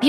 美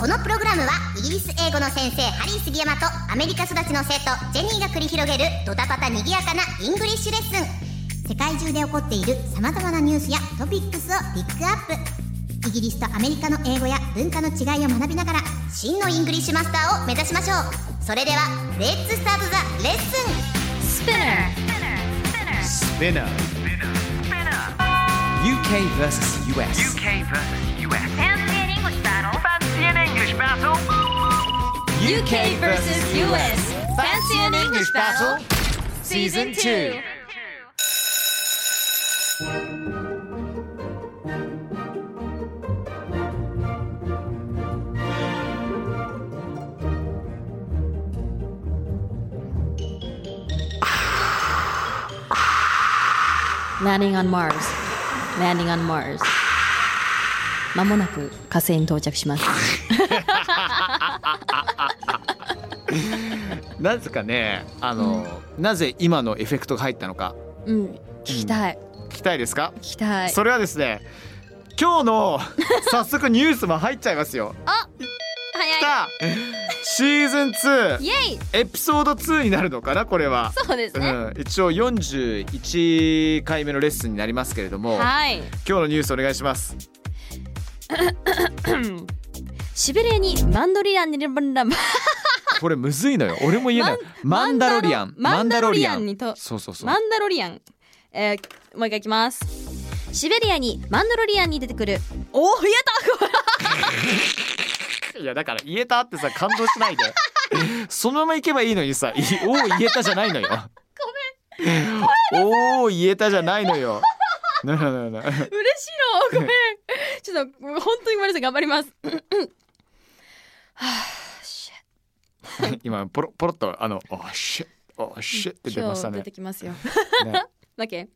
このプログラムはイギリス英語の先生ハリー杉山とアメリカ育ちの生徒ジェニーが繰り広げるドタパタにぎやかなイングリッシュレッスン世界中で起こっている様々なニュースやトピックスをピックアップイギリスとアメリカの英語や文化の違いを学びながら真のイングリッシュマスターを目指しましょうそれではレッツスタートザレッスン Spinner. UK versus US. UK versus US. Fancy an English battle. Fancy an English battle. UK versus US. Fancy an English battle? Season 2. ランディング on Mars Landing on Mars まもなく火星に到着しますなぜかね、あの、なぜ今のエフェクトが入ったのかうん聞きたい聞きたいですか、聞きたいそれはですね、今日 の早速ニュースも入っちゃいますよ。早来たシーズン2イエイエピソード2になるのかなこれは。そうですね、うん、一応41回目のレッスンになりますけれども今はい日のニュースお願いしますしびれにマンドリランにマンダこれむずいのよ俺も言えないマンダロリアンマンダロリアンにとそうそうそうマンダロリアンえー、もう一回いきますシベリアにマンダロリアンに出てくるおお増えたこれいやだから言えたってさ感動し ないでそのまま行けばいいのにさい「おお言えた」じゃないのよ。ごめん。おお言えたじゃないのよ。なななな嬉しいのごめんちょっともう本当にごめんなさい頑張ります今ポロポロっとあの「おーしゅおーしゅ」って出ま今した日ね出て。きますよね OK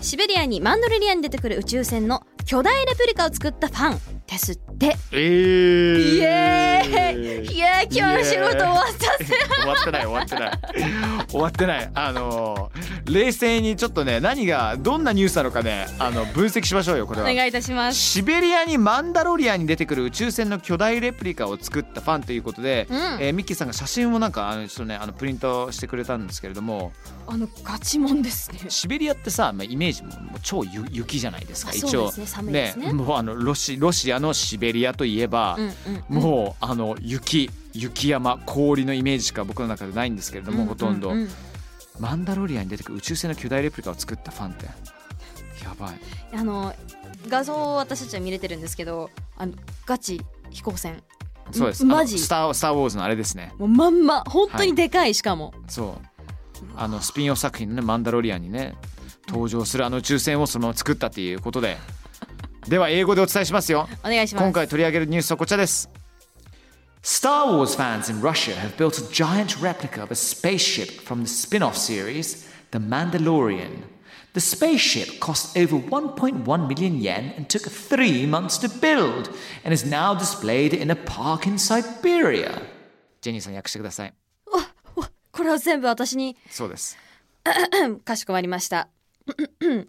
シベリアにマンドレリアに出てくる宇宙船の巨大レプリカを作ったファンですってえー、イエーイいやー今日の仕事終わったぜ 終わってない終わってない終わってないあのー冷静にちょっとね何がどんなニュースなのかねあの分析しましょうよこれおは。願いいたしますシベリアにマンダロリアンに出てくる宇宙船の巨大レプリカを作ったファンということで、うんえーミッキーさんが写真をなんかあのちょっとねあのプリントしてくれたんですけれどもあのガチモンですねシベリアってさ、まあ、イメージももう超ゆ雪じゃないですかあ一そう応ですね寒いですねもうあのロシロシアのシベリアといえばうん、うんもうあの雪雪山氷のイメージしか僕の中でないんですけれども、ほとんど、うううマンダロリアンに出てくる宇宙船の巨大レプリカを作ったファンってやばいあの画像を私たちは見れてるんですけどあのガチ飛行船そうですマあのジスター・スター・ウォーズのあれですねもうまんま本当にでかい、しかもそうあのスピンオフ作品のね「マンダロリアン」にね登場するあの宇宙船をそのまま作ったっていうことででは英語でお伝えしますよお願いします今回取り上げるニュースはこちらです「Star Wars fans in Russia have built a giant replica of a spaceship from the spin-off series The Mandalorian」The spaceship cost over 1.1 million yen and took three months to build and is now displayed in a park in Siberia. ジェニーさん訳してください。これは全部私にそうです。うんかしこまりました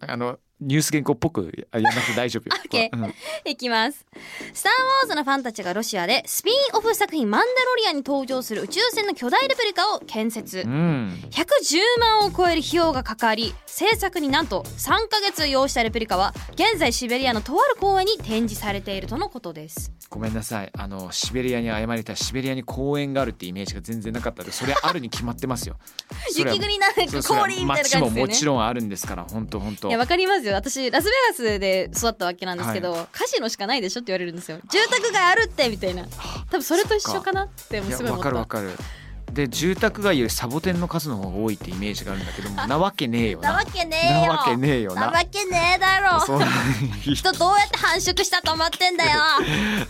あのニュース原稿っぽくやらなくて大丈夫よ。 オッケうんー、いきます。スター・ウォーズのファンたちがロシアでスピンオフ作品「マンダロリアン」に登場する宇宙船の巨大レプリカを建設。うん。 110万を超える費用がかかり制作になんと3ヶ月要したレプリカは現在シベリアのとある公園に展示されているとのことですごめんなさい。あのシベリアに謝りたい。シベリアに公園があるってイメージが全然なかったので、それあるに決まってます よ。それは雪国なんそうかそれは氷みたいな感じですよね街ももちろんあるんですから、本当本当。いやわかりますよ私ラスベガスで育ったわけなんですけど、カジノしかないでしょって言われるんですよ住宅街あるってみたいな多分それと一緒かなってもういやすごいわ思っかたるわかる。で住宅街よりサボテンの数の方が多いってイメージがあるんだ けどもなわけねえよななわけねえよなわけねえよななわけねえだろそう人どうやって繁殖したと思って んだよ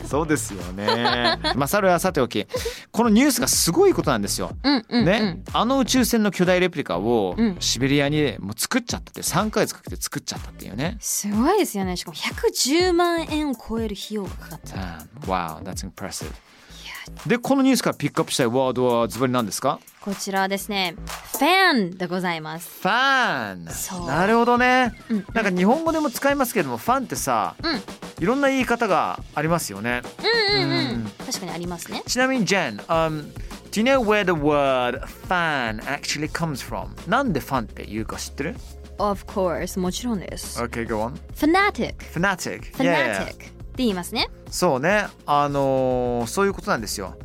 そうですよねまあそれはさておきこのニュースがすごいことなんですようんうん、うん、ね、あの宇宙船の巨大レプリカをうんシベリアにもう作っちゃったって3ヶ月かけて作っちゃったっていうね。すごいですよねしかも110万円を超える費用がかかったいや Damn. Wow, that's impressive. でこのニュースからピックアップしたいワードはズバリなんですかこちらはですねファンでございますファそンうなるほどね、うんなんか日本語でも使いますけどもファンってさ、うんいろんな言い方がありますよねうんうんうん、うん確かにありますねちなみにジェン、um, Do you know where the word fan actually comes from? なんでファンって言うか知ってる Of course もちろんです、 ?Okay, go on. Fanatic Fanatic. Fanatic、って言いますねそうねあのーそういうことなんですよ。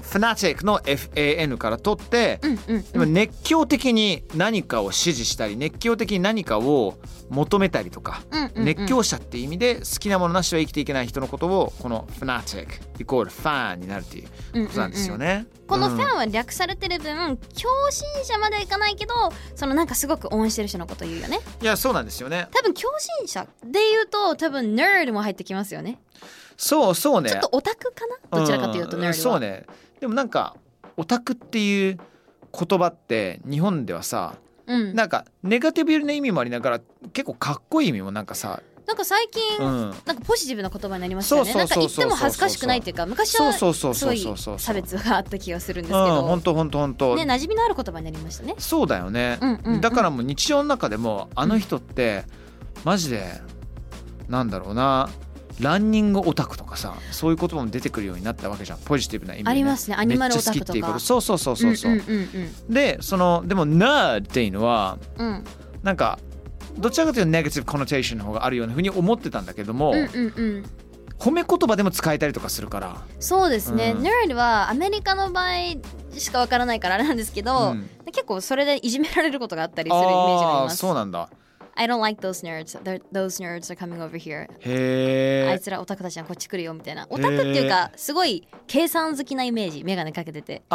Fanatic の FAN から取って、うんうんでも熱狂的に何かを支持したり熱狂的に何かを求めたりとか、うんうんうん熱狂者って意味で好きなものなしは生きていけない人のことをこの Fanatic イコール Fan になるっていうことなんですよね。このうフんァンは略されてる分、共振者まではいかないけどそのなんかすごく応援してる人のこと言うよねいやそうなんですよね。多分共振者で言うと多分 nerd も入ってきますよねそうそうね。ちょっとオタクかなどちらかというと nerd は、んそうねでもなんかオタクっていう言葉って日本ではさうん、ななんかネガティブな意味もありながら結構かっこいい意味もなんかさ、んか最近、うん、なんかポジティブな言葉になりましたよねそなうんかそ言うっそうそうそうても恥ずかしくないっていうか昔そうはそうそうすそごういそうそう差別があった気がするんですけうんど、本当本当本当ね馴染みのある言葉になりましたねそうだよね、うんうんうんだからもう日常の中でもあの人ってマジでなんだろうなランニングオタクとかさそういう言葉も出てくるようになったわけじゃんポジティブな意味で、ありますねアニマルオタクとかめっちゃ好きっていうことそうそうそうそうそう,、んうんうんでそのでも「nerd」っていうのはうんうんなんかどちらかというとネガティブコノテーションの方があるようなふうに思ってたんだけども、うんうんうん褒め言葉でも使えたりとかするから、そうですね、うん nerd はアメリカの場合しかわからないからあれなんですけど、うん結構それでいじめられることがあったりするイメージがありああまーすそうなんだ I don't like those nerds They're- those nerds are coming over here あへいえつらオタクたちはこっち来るよみたいなオタクっていうかすごい計算好きなイメージ眼鏡かけててでズ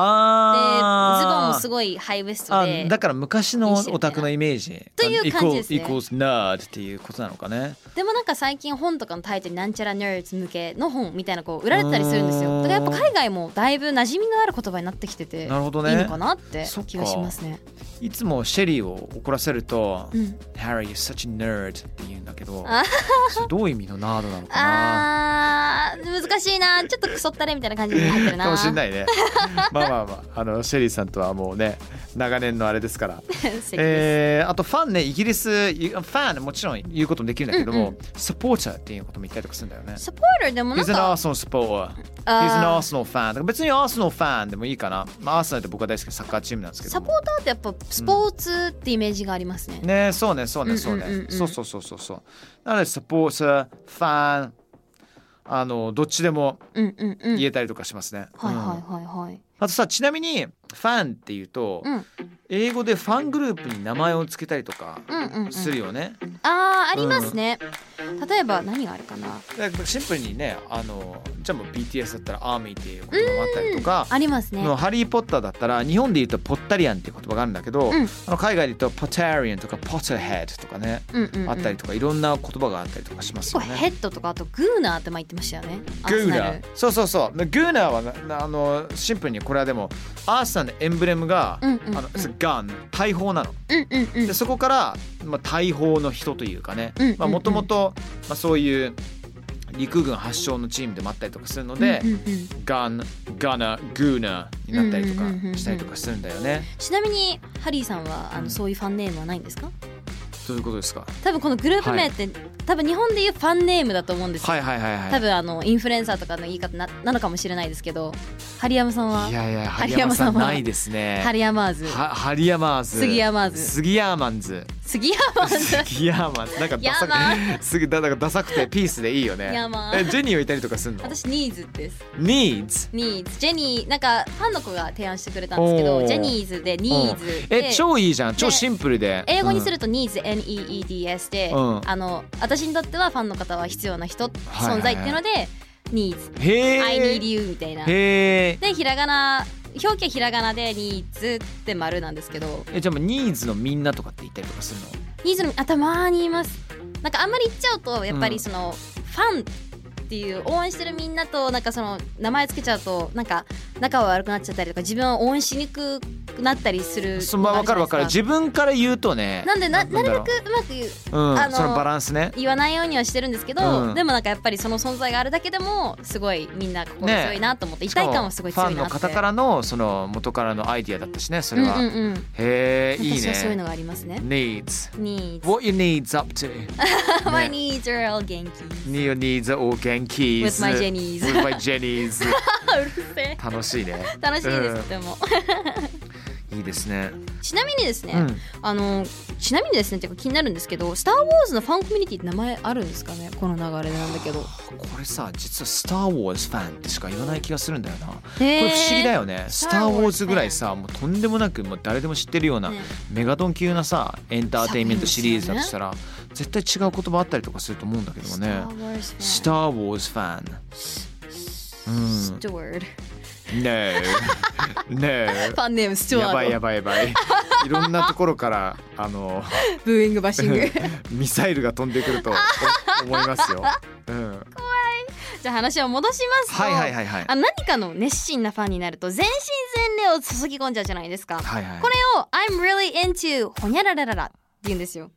あボンもすいごいハイウエストあでだから昔のオタクのイメージという感じですねイコール nerd っていうことなのかねでもなんか最近本とかのタイトルなんちゃら nerds 向けの本みたいなこう売られてたりするんですうーんよだからやっぱ海外もだいぶ馴染みのある言葉になってきててなるほどねいいのかなってそっか気がしますねいつもシェリーを怒らせるとうん「Harry you're such a nerd」って言うんだけどあそれどういう意味の nerd なのかなあー難しいなちょっとクソったれみたいな感じに入ってる なかもし れないいねまあまあまああのシェリーさんとはもうね長年のあれですからえーあとファンねイギリスいファンもちろん言うこともできるんだけども、うんサポーターっていうことも言ったりとかするんだよね。サポーターでもなん He's an か Arsenal supporter. He's あー an Arsenal fan. だから別に Arsenal fan でもいいかな。まあ、アーセナルって僕は大好きなサッカーチームなんですけどサポも。ーターってやっぱスポーツってイメージがありますね、ねそうね、そうね、そううんうんうんねう。んそうそうそうそうそう。なので、サポーター、ファン、あの、どっちでもうんうんうん言えたりとかしますね。はいはうんいはいはい、あとさ、ちなみに、ファンっていうと、うん英語でファングループに名前を付けたりとかうんうんうんするよね。あーありますね、例えば何があるかなだからシンプルにねあのじゃあもう BTS だったら「アーミー」っていう言葉もあったりとかありますねのハリー・ポッターだったら日本で言うと「ポッタリアン」っていう言葉があるんだけど、んあの海外で言うと「ポタリアン」とか「ポターヘッド」とかね、うんうんうんあったりとかいろんな言葉があったりとかします結よね。構ヘッドとかあとグーナーって前言ってましたよねグーナアーそうそうそうでグーナーはななあのシンプルにこれはでもアーサーのエンブレムが、うんうんうんあのガン大砲なのスナルうんうんうんでそこから、まあ、大砲の人というかねうんうんうんもともとそういう陸軍発祥のチームでもあったりとかするので、うんうんうんガン、ガナ、グーナーになったりとうんうんうんうんうかんしたりとかするんだよね。ちなみにハリーさんはあうんのそういうファンネームはないんですかどういうことですか。多分このグループ名って、多分日本でいうファンネームだと思うんですよ、はいはいはいはい。多分あのインフルエンサーとかの言い方ななのかもしれないですけどハリヤマさんはいやいや、ハハリリヤヤママささんんはないですね。ハリヤマーズはハリヤマーズ。スギヤマーズスギヤーマンズ。杉山さんスギヤーマンズ。なんかダサヤマく、すぐだだからダサくてピースでいいよね。ヤマえジェニーはいたりとかするの。私ニーズですニーズ。ニーズジェニーなんかファンの子が提案してくれたんですけどおージェニーズでニーズでえ超いいじゃん。超シンプルで。英語にすると。とニーズ NEEDS で、うんあの私にとってはファンの方は必要な人、はいはい存在っていうのでニーズへえ。 I need you みたいなでへえ。ひらがな表記はひらがなで「ニーズ」って丸なんですけどえじゃあもうニーズのみんなとかって言ったりとかするのニーズのあたまにいますなんかあんまり言っちゃうとやっぱうんりその、ファンっていう応援してるみんなとなんかその名前つけちゃうとなんか仲悪くなっちゃったりとか自分は応援しにくくなったりするそまあ、分かる分かるのがあじゃ自分から言うとねないですかなんでななるなんだべくうまく言ううんあのそのバランスね言わないようにはしてるんですけど、うんでもなんかやっぱりその存在があるだけでもすごいみんな心強いなと思って、し痛かいも感はすごい強いなってファンの方からのその元からのアイディアだったしねそれは、うんうんうんへえいい私はそういうねのがありますね Needs Needs What your needs up to ね My knees are all 元気 Your needs are all 元気 With my jennies With my jennies あうるせえ楽しいね楽しいです、でもうんいいですねちなみにですね、うんあのちなみにですねっていうか気になるんですけど「スター・ウォーズ」のファンコミュニティって名前あるんですかねこの流れなんだけどこれさ実は「スター・ウォーズ」ファンってしか言わない気がするんだよな、ここれれ不思議だよね「ススタター・ーウウォォーーズ」ズぐらいさもうとんでもなくもう誰でも知ってるような、ねメガドン級なさエンターテインメントシリーズだとした作ら、絶対違う言葉あったりとかすると思うんだけどもスター・ねウォーズ「ファンスター・ウォーズ」ファンスチュワード No No ファンネームスチュワードやばいやばいやばいいろんなところからあのブーイングバッシング ミサイルが飛んでくるとお思いますよ、うん、じゃあ話を戻しますと、はいはいはいはいあの何かの熱心なファンになると全身全霊を注ぎ込んじゃうじゃないですか。はいはいこれを「I'm really into ほにゃらららら」って言うんですよ。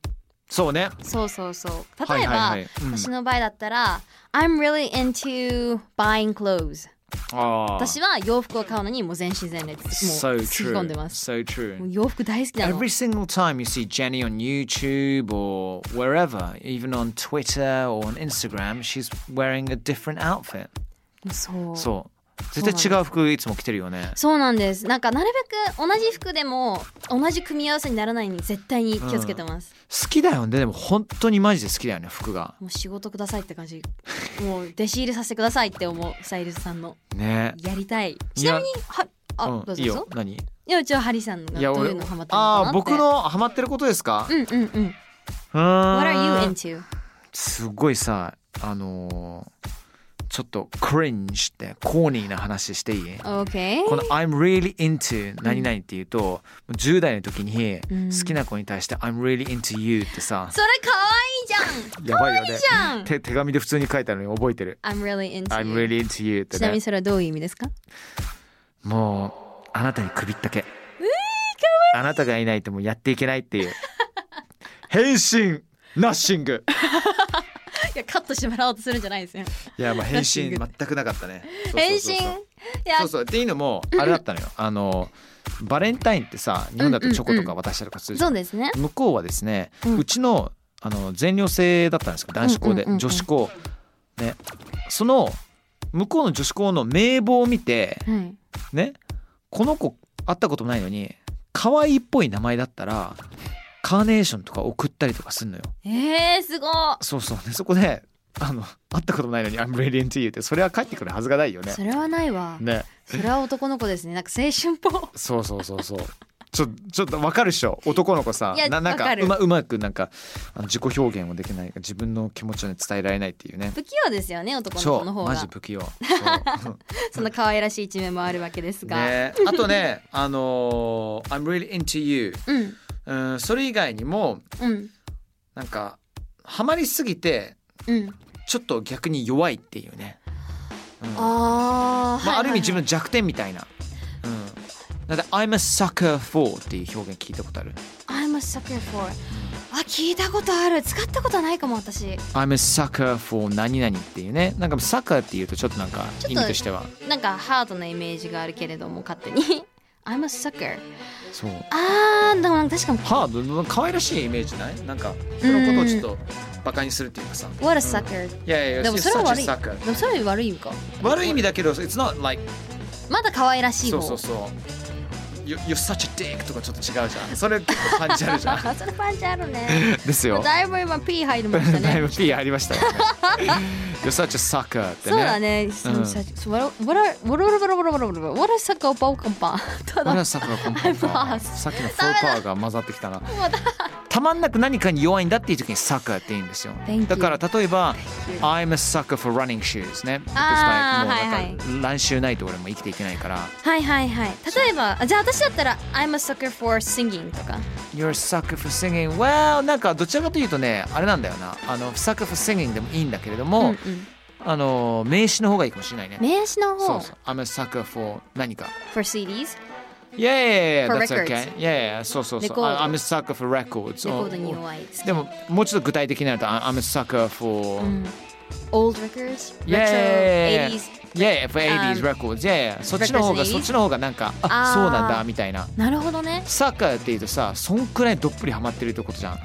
そうねそうそうそう。はい例えば、はいはいうん私の場合だったら「I'm really into buying clothes」あー私は洋服を買うのにもう全身全霊もう So 注ぎ込んで true. ます。 So true. もう洋服大好きなの Every。single time you see Jenny on YouTube or wherever, even on Twitter or on Instagram, she's wearing a different outfit. そう。そう。絶対違う服いつも着てるよね。そうなんです。なんかなるべく同じ服でも同じ組み合わせにならないように絶対に気をつけてます。好きだよね。でも本当にマジで好きだよね、服が。もう仕事くださいって感じ。もう弟子入りさせてくださいって思う、スタイリストさ んの。ね。やりたい。いちなやみに、は、あ、うんどうぞいいどうよぞ。。何いや、うちはハリさんのいがや、どう俺いうのハマっ、てあるのかなあ、って。僕。のハマってることですかうんうんうん。うーん What are you into? すっごいさ、あのー、ちょっとクリンジってコーニーな話していい Okay. この「I'm really into 何々」っていうと、もう10代の時に好きな子に対して「I'm really into you」ってさ、それ可愛いじやばいよねゃん。じ手手紙で普通に書いたのに覚えてるゃん。I'm really 「 into. I'm you. really into you」ってちなみねにそれはどういう意味ですか？もうあなたに首ったけあなたがいないともうやっていけないっていう 変身ナッシン グいやカットしてもらおうとするんじゃないですよ。いやまあ変身シング全くなかったねそう変そう身。そうそういやそうそうっていうのもあれだったのよあのバレンタインってさ日本だとチョコとか渡したりとかするじゃんそうですね。向こうはですね、ううんちのあの全寮制だったんですけど男子校で、うんうんうんうん女子校ねその向こうの女子校の名簿を見てはい。ねこの子会ったこともないのに可愛いっぽい名前だったらカーネーションとか送ったりとかするのよえー、すごい。そうそうねそこであの会ったこともないのに「I'm ready to you」ってそれは帰ってくるはずがないよねそれはないわ。ねそれは男の子ですね。なんか青春っぽ。そうそうそうそう。ちょちょっとわかるっしょ男の子さいやななんわかかるうまうまくなんかあの自己表現をできない自分の気持ちを、ね、伝えられないっていうね不器用ですよね男のそ子のう方マジが不器用そ その可愛らしい一面もあるわけですうが、ねあとねあのー「I'm really into you うん」うんそれ以外にもうんなんかハマりすぎてうんちょっと逆に弱いっていうね、うんあー、まあ、ある意味自分分の弱点みたいな、うん、だって「I'm a sucker for」っていう表現聞いたことある I'm a sucker for あ聞いたことある使ったことないかも私 I'm a sucker for 何々っていうねなんかサッカーっていうとちょっとなんかちょっと意味としてはなんかハードなイメージがあるけれども勝手 に I'm a sucker そうあーでも確かにハード可愛らしいイメージないなんかそのことをちょっとバカにするっていうかさ What a sucker いやいやでもそれは悪い such a でもそれは悪い意味か sucker 悪い意味だけど It's not like まだ可愛らしいそ方うそうそう You- You're such a dick とかちょっと違うじゃんそれ結構パンチあるじゃんあそれパンチあるね です よだいぶ今 P 入りましただいねぶ P 入りましたよね You're such a sucker ってねそうだね。そううんさそうわらわらわらわらわらわらわらわらさかおぱおかんぱん。た俺だ もはサッカーコンパンパン I'm lost さっきのフォーパワーが混ざってきたなうだたまんなく何かに弱いんだっていう時にサッカーって言うんですよ Thank you. だから例えば I'm a sucker for running shoes ねあ Because like ーはいはいもうなんか乱臭ないと俺も生きていけないからはいはいはい例えばあじゃあ私だったら「I'm a sucker for singing」とか You're a sucker for singing well なんかどちらかというとねあれなんだよなあの sucker for singing でもいいんだけれども、うんうんあの名詞の方がいいかもしれないね名詞の方そうそう I'm a sucker for 何か for CDs Yeah yeah yeah For that's records. okay Yeah yeah そうそうレそコうード I- I'm a sucker for records レコードに弱いでももうちょっと具体的になると I- I'm a sucker for、 old records retro Yeah. eighties Yeah, for う 80s ん records. Yeah, yeah. そっちの方が records そっちの方がなんかああーそうなんだみたいな。なるほどねサッカーっていうとさ、そんくらいどっぷりハマってるってことじゃん。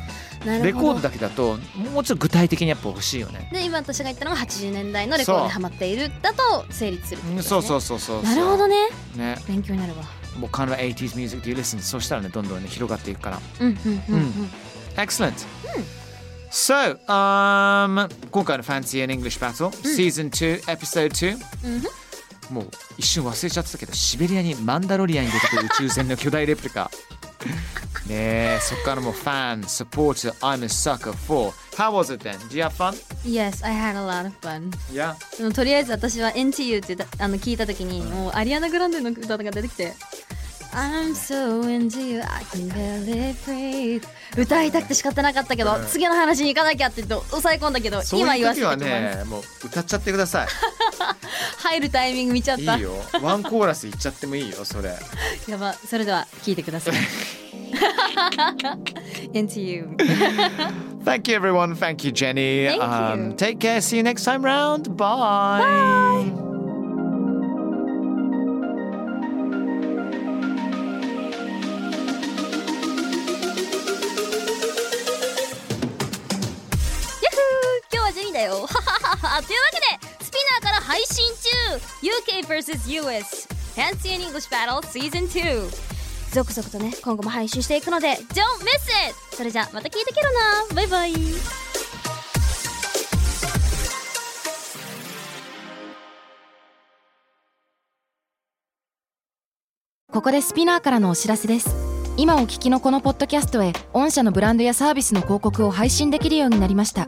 なレるほコどードだけだともうちょっと具体的にやっぱ欲しいよね。で今私が言ったのが80年代のレコードにハマっているだと成立するってことうでんすねそうそうそうそうそう。なるほどね。ねね、勉強になるわもう彼の 80s music で you listen そうしたらねどんどんね広がっていくから。うんうんうん、うん Excellent. So, um, 今回の Fancy and English Battle、Season 2 Episode 2、もう一瞬忘れちゃってたけどシベリアにマンダロリアに出てくる宇宙船の巨大レプリ カねえそっからもうファン、supporter, I'm a sucker for How was it then? Do you have fun? Yes, I had a lot of fun. Yeah でもとりあえず私は NTU ってだあの聞いたときに、もうアリアナ・グランデの歌が出てきて I'm so into you, I can barely breathe 歌いたくて仕方なかったけど、次の話に行かなきゃって言って抑え込んだけどそう今い言わうせ時てはと思います、ねもう歌っちゃってくださ 入るタイミング見ちゃっいいたいよワンコーラスいっちゃってもいいよそれやばそれでは聞いてくだ さい NTU Thank you everyone, thank you Jenny Thank you. Um, Take care, see you next time round, bye. Yahoo! 今日はジェニーだよ というわけでスピナーから配信中 UKVSUS Fancy and English Battle Season 2続々とね今後も配信していくので Don't miss it! それじゃあまた聞いてけろなバイバイここでスピナーからのお知らせです今お聞きのこのポッドキャストへ御社のブランドやサービスの広告を配信できるようになりました